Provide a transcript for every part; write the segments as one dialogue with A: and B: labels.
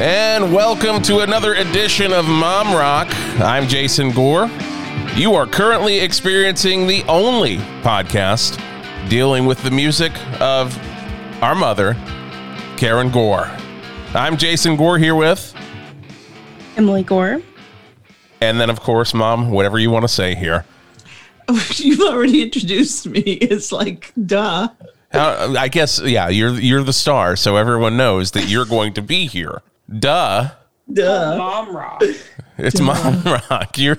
A: And welcome to another edition of Mom Rock. I'm Jason Gore. You are currently experiencing the only podcast dealing with the music of our mother, Karen Gore. I'm Jason Gore here with,
B: Emily Gore.
A: and then, of course, Mom, whatever you want to say here.
C: You've already introduced me. It's like, duh.
A: Uh, I guess, yeah, you're you're the star, so everyone knows that you're going to be here. Duh.
C: Duh.
D: Mom Rock.
A: It's Mom Rock. You're,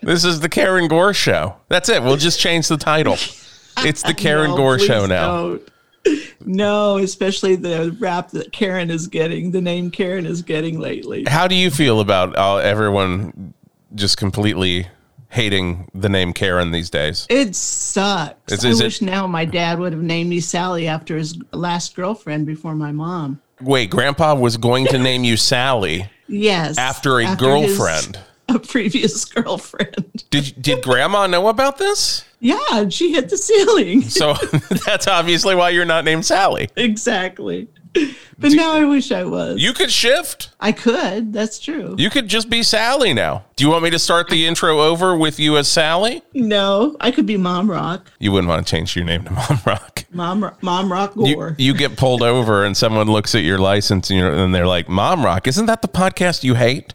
A: this is the Karen Gore Show. That's it. We'll just change the title. It's the Karen
C: No,
A: Gore
C: please
A: Show now.
C: don't. No, especially the rap that Karen is getting, the name Karen is getting lately.
A: How do you feel about uh, everyone just completely hating the name Karen these days?
C: It sucks.
A: Is- is
C: I
A: it-
C: wish now my dad would have named me Sally after his last girlfriend before my mom.
A: Wait, Grandpa was going to name you Sally
C: Yes.
A: after a
C: his-
A: girlfriend.
C: a previous girlfriend.
A: Did did Grandma know about this?
C: Yeah, and she hit the ceiling.
A: So that's obviously why you're not named Sally.
C: exactly. But now I wish I was.
A: You could shift.
C: I could. That's true.
A: You could just be Sally now. Do you want me to start the intro over with you as Sally?
C: no, I could be Mom Rock.
A: You wouldn't want to change your name to Mom Rock.
C: Mom, Mom Rock
A: You,
C: Gore.
A: you get pulled over and someone looks at your license and, you're, and they're like, Mom Rock, isn't that the podcast you hate?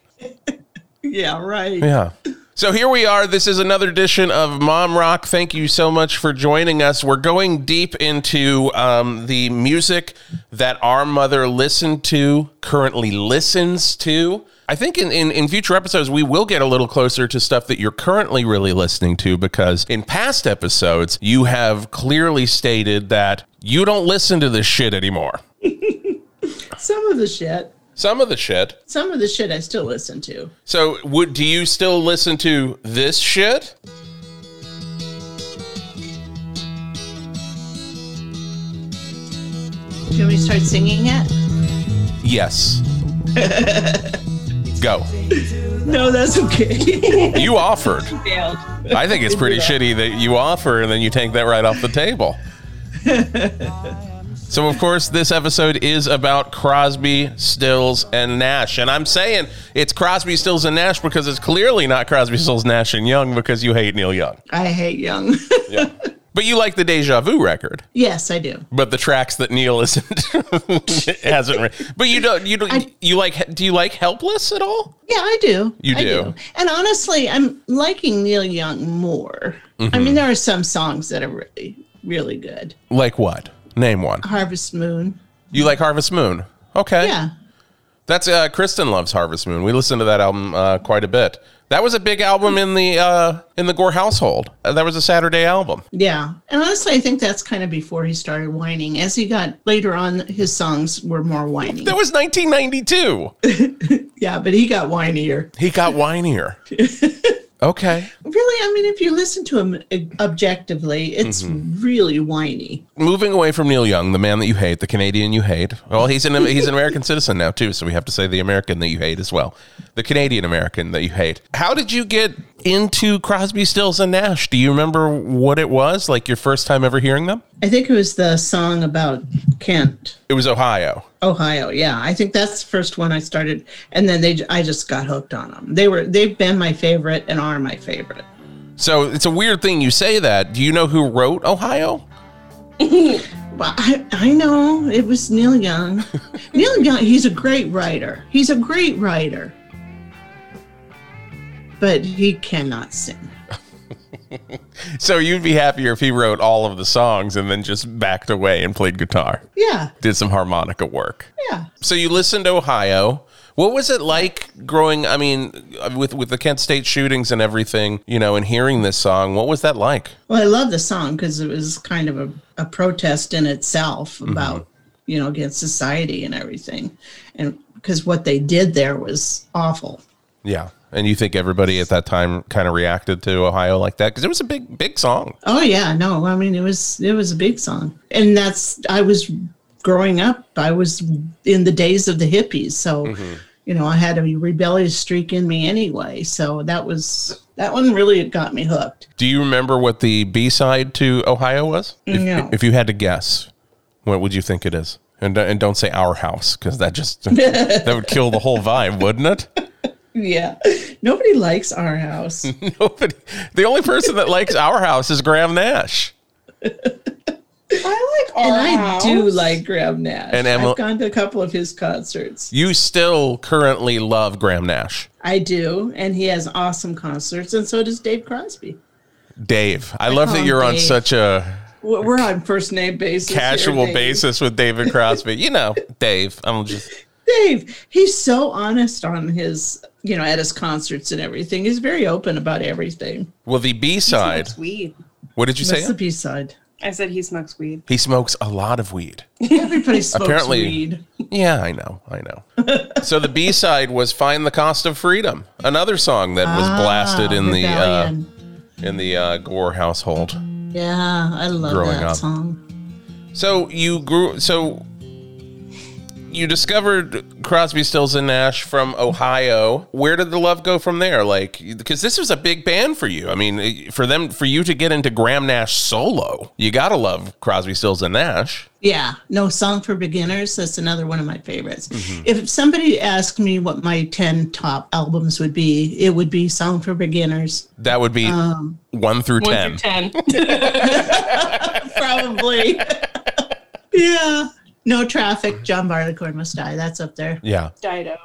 C: yeah, right.
A: Yeah. So here we are. This is another edition of Mom Rock. Thank you so much for joining us. We're going deep into um, the music that our mother listened to, currently listens to. I think in, in, in future episodes, we will get a little closer to stuff that you're currently really listening to because in past episodes, you have clearly stated that you don't listen to this shit anymore.
C: Some of the shit,
A: Some of the shit.
C: some of the shit I still listen to.
A: So, would do you still listen to this shit?
C: Can we start singing it?
A: Yes. Go.
C: No, that's okay.
A: You offered.
D: Failed.
A: I think it's pretty shitty that you offer and then you take that right off the table. So, of course, this episode is about Crosby, Stills, and Nash. And I'm saying it's Crosby, Stills, and Nash because it's clearly not Crosby, Stills, Nash, and Young because you hate Neil Young.
C: I hate Young.
A: Yeah. But you like the Deja Vu record,
C: yes, I do.
A: but the tracks that Neil isn't hasn't. Re- but you don't. You don't.
C: I-
A: you like? Do you like Helpless at all?
C: Yeah, I do.
A: You
C: I
A: do.
C: And honestly, I'm liking Neil Young more. I
A: Mm-hmm.
C: mean, there are some songs that are really, really good.
A: Like what? Name one.
C: Harvest Moon.
A: You like Harvest Moon? Okay.
C: Yeah.
A: That's uh, Kristen loves Harvest Moon. We listened to that album uh, quite a bit. That was a big album in the uh, in the Gore household. Uh, that was a Saturday album.
C: Yeah. And honestly, I think that's kind of before he started whining. As he got later on, his songs were more whiny.
A: That was 1992.
C: Yeah, but he got whinier.
A: He got whinier. Okay.
C: Really, I mean, if you listen to him uh, objectively, it's
A: Mm-hmm.
C: really whiny.
A: Moving away from Neil Young, the man that you hate, the Canadian you hate. Well, he's an he's an American citizen now too, so we have to say the American that you hate as well, the Canadian American that you hate. How did you get into Crosby, Stills, and Nash? Do you remember what it was like your first time ever hearing them?
C: I think it was the song about Kent,
A: It was Ohio.
C: Ohio. Yeah, I think that's the first one I started, and then they, I just got hooked on them. They were, they've been my favorite and are my favorite.
A: So it's a weird thing you say that. Do you know who wrote Ohio?
C: Well, I, I know it was Neil Young. Neil Young, he's a great writer. He's a great writer, but he cannot sing.
A: So you'd be happier if he wrote all of the songs and then just backed away and played guitar,
C: Yeah,
A: did some harmonica work.
C: yeah.
A: So you listened to Ohio. What was it like growing? I mean, with with the Kent State shootings and everything, you know, and hearing this song, what was that like?
C: Well, I love the song because it was kind of a, a protest in itself about, you know, against society and everything. And because what they did there was awful.
A: Yeah. And you think everybody at that time kind of reacted to Ohio like that because it was a big, big song.
C: Oh yeah, no, I mean it was it was a big song. And that's I was growing up, I was in the days of the hippies, so you know, I had a rebellious streak in me anyway. So that was that one really got me hooked.
A: Do you remember what the B side to Ohio was? If,
C: No.
A: if you had to guess, what would you think it is? And, uh, and don't say our house because that just that would kill the whole vibe, wouldn't it?
C: Yeah. Nobody likes our house.
A: Nobody. The only person that likes our house is Graham Nash.
D: I like our
C: and I
D: house.
C: do like Graham Nash.
A: And
C: And
A: Emily-
C: I've gone to a couple of his concerts.
A: You still currently love Graham Nash,
C: I do, and he has awesome concerts, and so does Dave Crosby.
A: Dave. I love
C: call
A: that
C: him
A: you're on
C: Oh, Dave.
A: such a
C: We're we're on first name basis. here,
A: casual
C: Dave.
A: basis with David Crosby. You know, Dave. I'm just
C: Dave, he's so honest on his, you know, at his concerts and everything. He's very open about everything.
A: well. The B
D: He
A: side.
D: smokes weed.
A: What did you say?
C: That's the B side.
D: I said he smokes weed.
A: He smokes a lot of weed.
C: Everybody smokes
A: Apparently-
C: weed.
A: Yeah, I know. I know. so the B side was "Find the Cost of Freedom," another song that was blasted
C: Ah,
A: in the uh,
C: Rebellion.
A: in the uh, Gore household.
C: yeah, I love
A: growing
C: that
A: up.
C: song.
A: So you grew. So you discovered Crosby, Stills, and Nash from Ohio. Where did the love go from there? Like, because this was a big band for you. I mean, for them, for you to get into Graham Nash solo, you gotta love Crosby, Stills, and Nash.
C: Yeah, no song for beginners. That's another one of my favorites.
A: Mm-hmm.
C: If somebody asked me what my ten top albums would be, it would be "Song for Beginners,"
A: That would be one through
D: One
A: ten.
D: through ten.
C: probably. yeah, no traffic. John Barleycorn must die. That's up there.
A: Yeah.
D: Dido.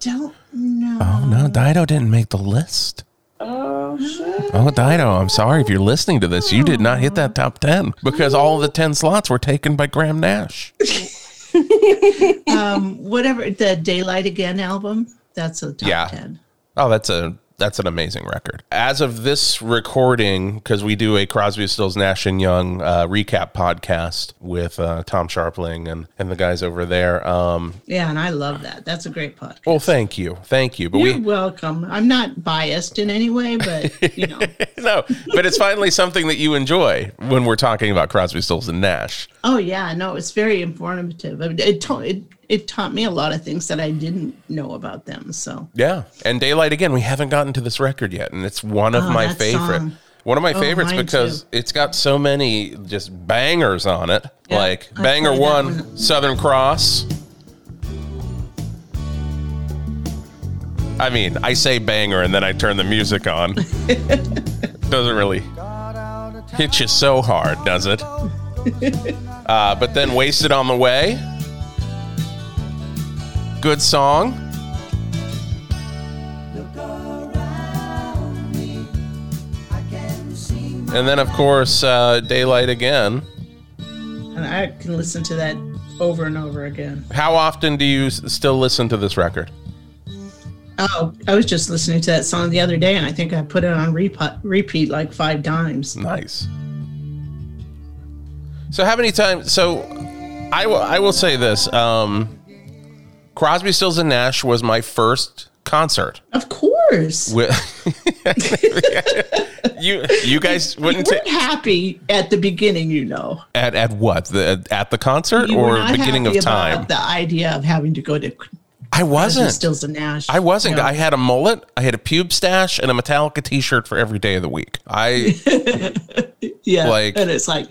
C: Don't know.
A: Oh no, Dido didn't make the list.
D: Oh shit.
A: Oh, Dido, I'm sorry if you're listening to this. You did not hit that top 10 because all of the 10 slots were taken by Graham Nash.
C: um, whatever the Daylight Again album. That's a top
A: Yeah.
C: ten.
A: Oh, that's a that's an amazing record. As of this recording, because we do a Crosby, Stills, Nash and Young uh, recap podcast with uh, Tom Sharpling and and the guys over there. Um,
C: Yeah, and I love that. That's a great podcast.
A: well, thank you, thank you. But
C: You're
A: we
C: welcome. I'm not biased in any way, but you know,
A: no, but it's finally something that you enjoy when we're talking about Crosby, Stills, and Nash.
C: oh yeah, no, it's very informative. I mean, It taught it, it taught me a lot of things that I didn't know about them. So
A: Yeah, and Daylight again. We haven't gotten to this record yet, and it's one of
C: Oh,
A: my
C: that
A: favorite.
C: song. Oh,
A: One of my favorites
C: mine
A: because
C: too.
A: it's got so many just bangers on it.
C: Yeah,
A: like
C: I
A: banger
C: play that
A: one,
C: one.
A: Southern Cross. I mean, I say banger and then I turn the music on. Doesn't really hit you so hard, does it? uh, but then Wasted on the Way. Good song. And then, of course, uh, Daylight Again.
C: and I can listen to that over and over again.
A: How often do you s- still listen to this record?
C: Oh, I was just listening to that song the other day, and I think I put it on repeat, repeat like five times.
A: Nice. So, how many times? So, I will- I will say this um, Crosby, Stills, and Nash was my first concert.
C: Of course,
A: Wi- you you guys
C: you
A: wouldn't
C: weren't
A: ta-
C: happy at the beginning, you know.
A: at at what the at the concert
C: You were
A: or
C: not
A: beginning of
C: happy
A: time?
C: About the idea of having to go to
A: I wasn't.
C: Stills and Nash.
A: I wasn't.
C: No.
A: I had a mullet, I had a pube stash, and a Metallica T-shirt for every day of the week. I
C: yeah,
A: like-
C: and it's like,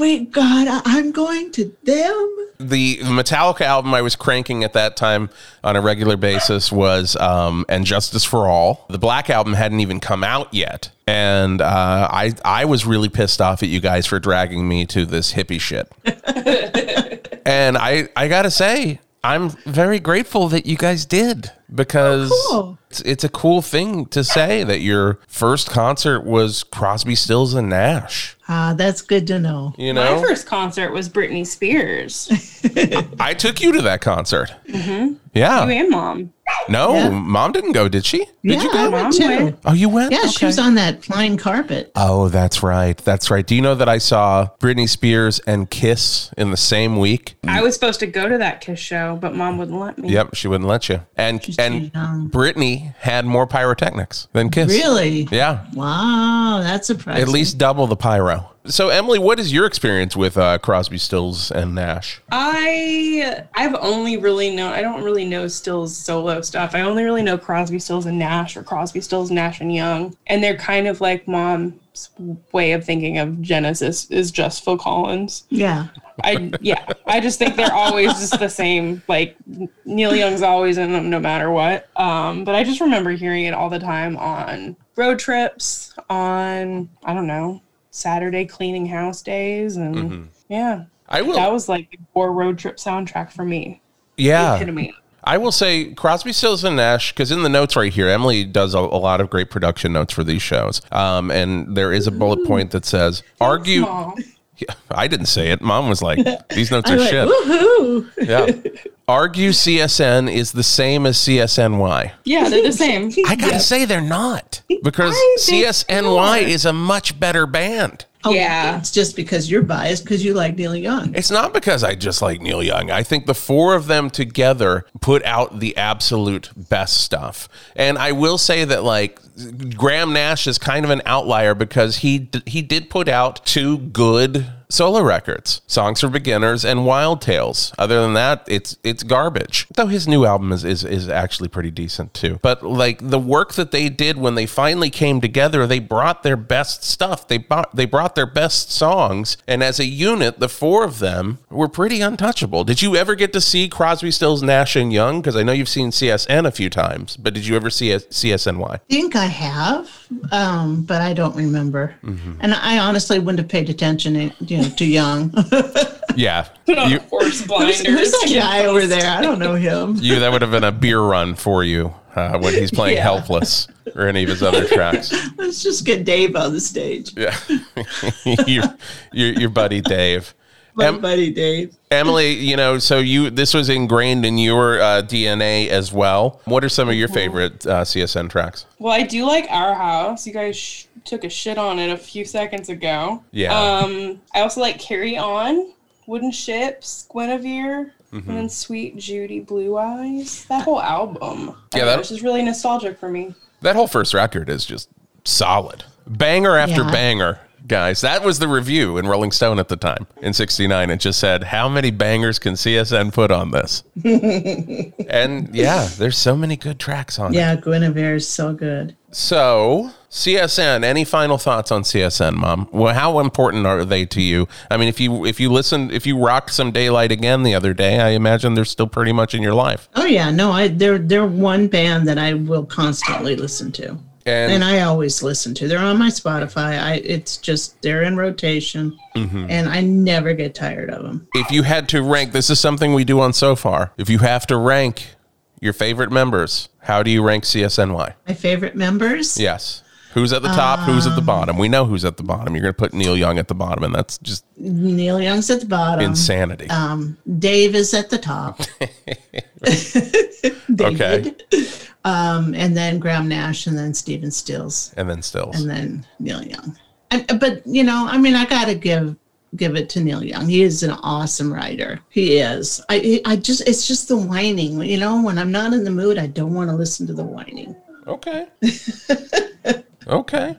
C: wait, God, I, I'm going to them.
A: the Metallica album I was cranking at that time on a regular basis was um, "And Justice for All." The Black album hadn't even come out yet, and uh, I I was really pissed off at you guys for dragging me to this hippie shit. and I I gotta say. I'm very grateful that you guys did because
D: Oh,
C: cool.
A: it's, it's a cool thing to say that your first concert was Crosby, Stills, and Nash.
C: Ah, that's good to know.
A: You know,
D: My first concert was Britney Spears.
A: I took you to that concert. Yeah,
D: Mm-hmm. You and mom.
A: No,
C: Yeah.
A: mom didn't go, did she? Did
C: yeah,
A: you
C: I
A: go?
C: went
D: Mom
C: too.
D: went.
A: Oh, you went?
C: Yeah, she
A: Okay.
C: was on that flying carpet.
A: Oh, that's right. That's right. Do you know that I saw Britney Spears and Kiss in the same week?
D: I was supposed to go to that Kiss show, but mom wouldn't let me.
A: Mm. Yep, she wouldn't let you. And
C: She's
A: and
C: too young.
A: Britney had more pyrotechnics than Kiss.
C: Really?
A: Yeah.
C: Wow, that's surprising.
A: At least double the pyro. So, Emily, what is your experience with uh, Crosby, Stills, and Nash?
D: Uh, I I've only really known I don't really know Stills solo stuff. I only really know Crosby, Stills, and Nash, or Crosby, Stills, Nash, and Young, and they're kind of like mom's way of thinking of Genesis is just Phil Collins.
C: Yeah.
D: I yeah, I just think they're always just the same. Like Neil Young's always in them, no matter what. Um, but I just remember hearing it all the time on road trips, on I don't know Saturday cleaning house days, and
C: Mm-hmm.
D: yeah,
A: I will.
D: that was like the core road trip soundtrack for me.
A: yeah.
D: Epitome.
A: I will say Crosby, Stills, and Nash, because in the notes right here, Emily does a, a lot of great production notes for these shows. Um, and there is a bullet point that says, argue.
D: Aw.
A: I didn't say it. Mom was like, these notes
C: I
A: are
C: went,
A: shit.
C: woohoo.
A: Yeah. Argue CSN is the same as CSNY.
D: Yeah, they're the same.
A: I gotta say they're not because
D: I think
A: CSNY is a much better band.
D: Yeah.
C: Oh, It's just because you're biased because you like Neil Young.
A: It's not because I just like Neil Young. I think the four of them together put out the absolute best stuff. And I will say that like Graham Nash is kind of an outlier because he d- he did put out two good solo records, Songs for Beginners and Wild Tales. Other than that, it's it's garbage. Though his new album is is, is actually pretty decent too. But like the work that they did when they finally came together, they brought their best stuff. They bought they brought their best songs, and as a unit, the four of them were pretty untouchable. Did you ever get to see Crosby, Stills, Nash and Young? Because I know you've seen CSN a few times, but did you ever see a CSNY?
C: I think I have, um, but I don't remember.
A: Mm-hmm.
C: And I honestly wouldn't have paid attention eh, you know, to Young.
A: Yeah,
D: Put on
A: you,
D: horse
C: Who's
D: blinders.
C: that guy over there? I don't know him.
A: you that would have been a beer run for you uh, when he's playing
C: Yeah.
A: Helpless or any of his other tracks.
C: Let's just get Dave on the stage.
A: Yeah, your, your your buddy Dave.
C: My
A: Em-
C: buddy Dave.
A: Emily, you know, so you this was ingrained in your uh, DNA as well. What are some of your favorite uh, CSN tracks?
D: Well, I do like Our House. You guys sh- took a shit on it a few seconds ago.
A: Yeah.
D: Um, I also like Carry On, Wooden Ships, Guinevere,
A: Mm-hmm.
D: and then Sweet Judy Blue Eyes. That whole album.
A: Yeah, that-
D: Which is really nostalgic for me.
A: That whole first record is just solid, banger after
C: Yeah.
A: banger. Guys, that was the review in Rolling Stone at the time in '69. It just said, "How many bangers can CSN put on this?" and yeah, there's so many good tracks on it.
C: Yeah, Guinevere is so good.
A: So, CSN, any final thoughts on CSN, mom? Well, how important are they to you? I mean, if you if you listen, if you rocked some daylight again the other day, I imagine they're still pretty much in your life.
C: Oh yeah, no, I they're they're one band that I will constantly listen to.
A: And-
C: and I always listen to. They're on my Spotify. I it's just they're in rotation,
A: Mm-hmm.
C: and I never get tired of them.
A: If you had to rank, this is something we do on so far. If you have to rank your favorite members, how do you rank CSNY?
C: My favorite members.
A: Yes. Who's at the top? who's
C: Um,
A: at the bottom? We know who's at the bottom. You're going to put Neil Young at the bottom, and that's just
C: Neil Young's at the bottom.
A: insanity.
C: Um, Dave is at the top.
A: Okay.
C: David. Um, and then Graham Nash, and then Steven Stills,
A: And then Stills.
C: and then Neil Young. And, uh, but you know, I mean, I gotta give give it to Neil Young. He is an awesome writer. He is. I I just it's just the whining. You know, when I'm not in the mood, I don't want to listen to the whining.
A: Okay. okay.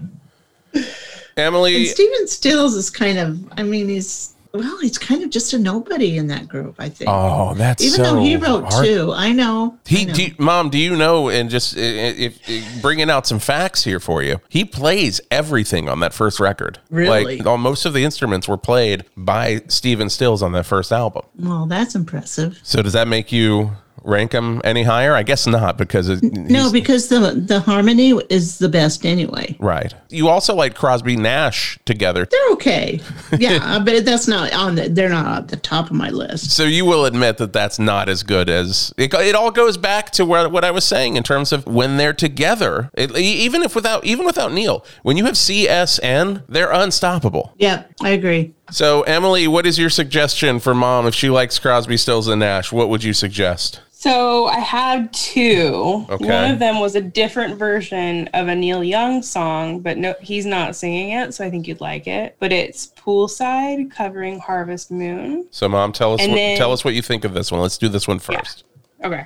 A: Emily,
C: And Steven Stills is kind of, I mean, he's, well, he's kind of just a nobody in that group, I think.
A: Oh, that's
C: Even
A: so
C: though he wrote
A: hard.
C: two, I know. I
A: He,
C: know.
A: do you- mom, do you know? And just i- i- if, if bringing out some facts here for you, he plays everything on that first record.
C: Really?
A: like all, most of the instruments were played by Steven Stills on that first album.
C: well, that's impressive.
A: So does that make you rank him any higher? I guess not because it,
C: No,
A: he's-
C: because the the harmony is the best anyway.
A: right. You also like Crosby Nash together.
C: They're okay. Yeah, but that's not on the, they're not at the top of my list.
A: So you will admit that that's not as good as it, it all goes back to where, what I was saying in terms of when they're together, It- e- even if without even without Neil, when you have CSN, they're unstoppable.
C: Yeah, I agree.
A: So Emily, what is your suggestion for mom if she likes Crosby, Stills, and Nash? What would you suggest?
D: So I had two.
A: Okay.
D: One of them was a different version of a Neil Young song, but no, he's not singing it, so I think you'd like it. But it's Poolside covering Harvest Moon.
A: So mom, tell us
D: And
A: what,
D: then-
A: tell us what you think of this one. Let's do this one first.
D: Okay.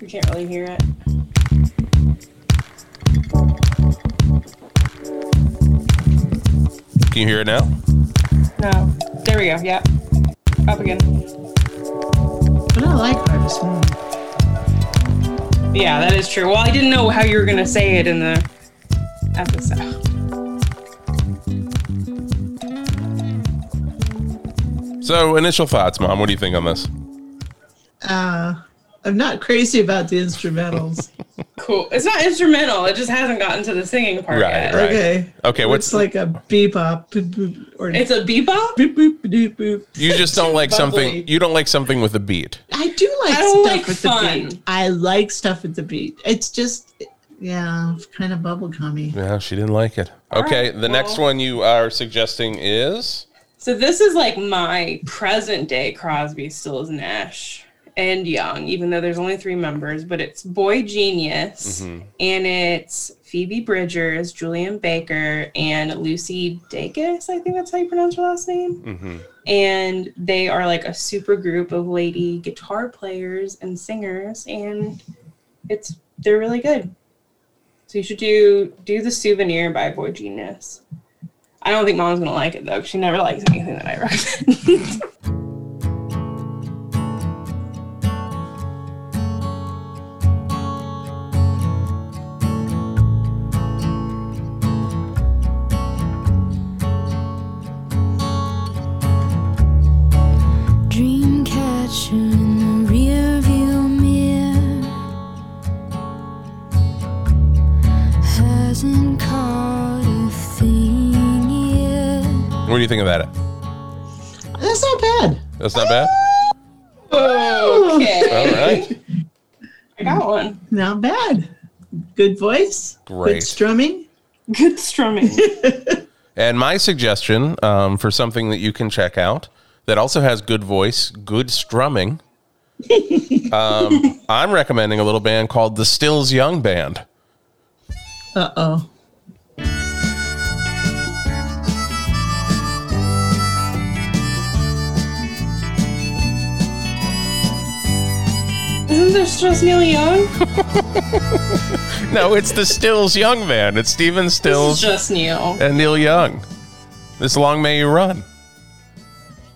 D: You can't really hear it.
A: Can you hear it now?
D: No. There we go. Yeah. Up again.
C: But I like Harvest Moon.
D: Yeah, that is true. Well, I didn't know how you were gonna say it in the episode.
A: So, initial thoughts, Mom. What do you think on this?
C: Uh, I'm not crazy about the instrumentals.
D: Cool. It's not instrumental. It just hasn't gotten to the singing part
A: Right,
D: yet.
A: right.
C: Okay.
A: Okay, what's
C: It's like a bebop boop, boop, or
D: It's a bebop.
C: boop, boop, boop, boop.
A: you just don't like something?
D: bubbly.
A: You don't like something with a beat.
C: I do like
D: I don't
C: stuff
D: like
C: at the
D: fun.
C: beat. I like stuff at the beat. It's just, yeah, it's kind of bubblegummy.
A: No, she didn't like it. Okay, the next
D: well-
A: one you are suggesting is
D: So this is like my present day Crosby, Stills, Nash, and Young, even though there's only three members. But it's Boy Genius, and it's Phoebe Bridgers, Julian Baker, and Lucy Dacus. I think that's how you pronounce her last name.
A: mhm.
D: And they are like a super group of lady guitar players and singers, and it's they're really good. So you should do do the souvenir by Boy Genius. I don't think mom's gonna like it though, 'cause she never likes anything that I recommend.
E: Dreamcatcher in the rearview mirror hasn't caught a thing yet.
A: what do you think of that?
C: That's not bad.
A: That's not bad.
D: okay,
A: All right,
D: I got one.
C: Not bad. Good voice.
A: Great.
C: Good strumming.
D: Good strumming.
A: and my suggestion um, for something that you can check out that also has good voice, good strumming. um, I'm recommending a little band called the Stills Young Band.
C: Uh oh.
D: Isn't this just Neil Young?
A: No, it's the Stills Young Band. It's Steven
D: This is
A: Stills
D: just Neil.
A: and Neil Young. This long may you run.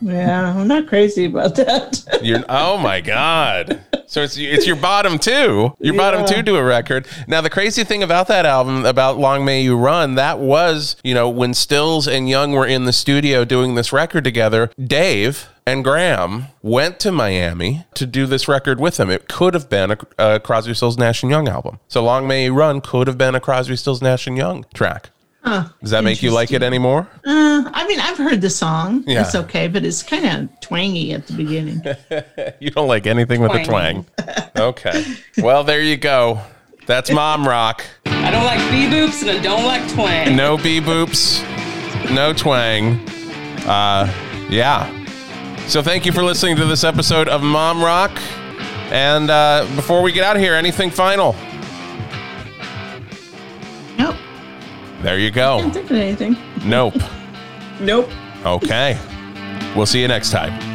C: Yeah, I'm not crazy about that.
A: You're, oh my god! So it's it's your bottom two, your bottom
C: Yeah.
A: two to a record. Now the crazy thing about that album, about "Long May You Run," that was you know when Stills and Young were in the studio doing this record together. Dave and Graham went to Miami to do this record with them. It could have been a, a Crosby, Stills, Nash and Young album. So "Long May You Run" could have been a Crosby, Stills, Nash and Young track.
C: Huh.
A: Does that make you like it anymore?
C: Uh, I mean, I've heard the song.
A: Yeah.
C: It's okay, but it's kind of twangy at the beginning.
A: You don't like anything with a twang.
D: Twang.
A: Okay. Well, there you go. That's mom rock.
D: I don't like bee boops and I don't like twang.
A: No bee boops, no twang. Uh, yeah. So thank you for listening to this episode of Mom Rock. And uh, before we get out of here, anything final?
C: nope.
A: There you
C: Can't
A: go.
C: think of anything.
A: Nope.
C: Nope.
A: Okay. We'll see you next time.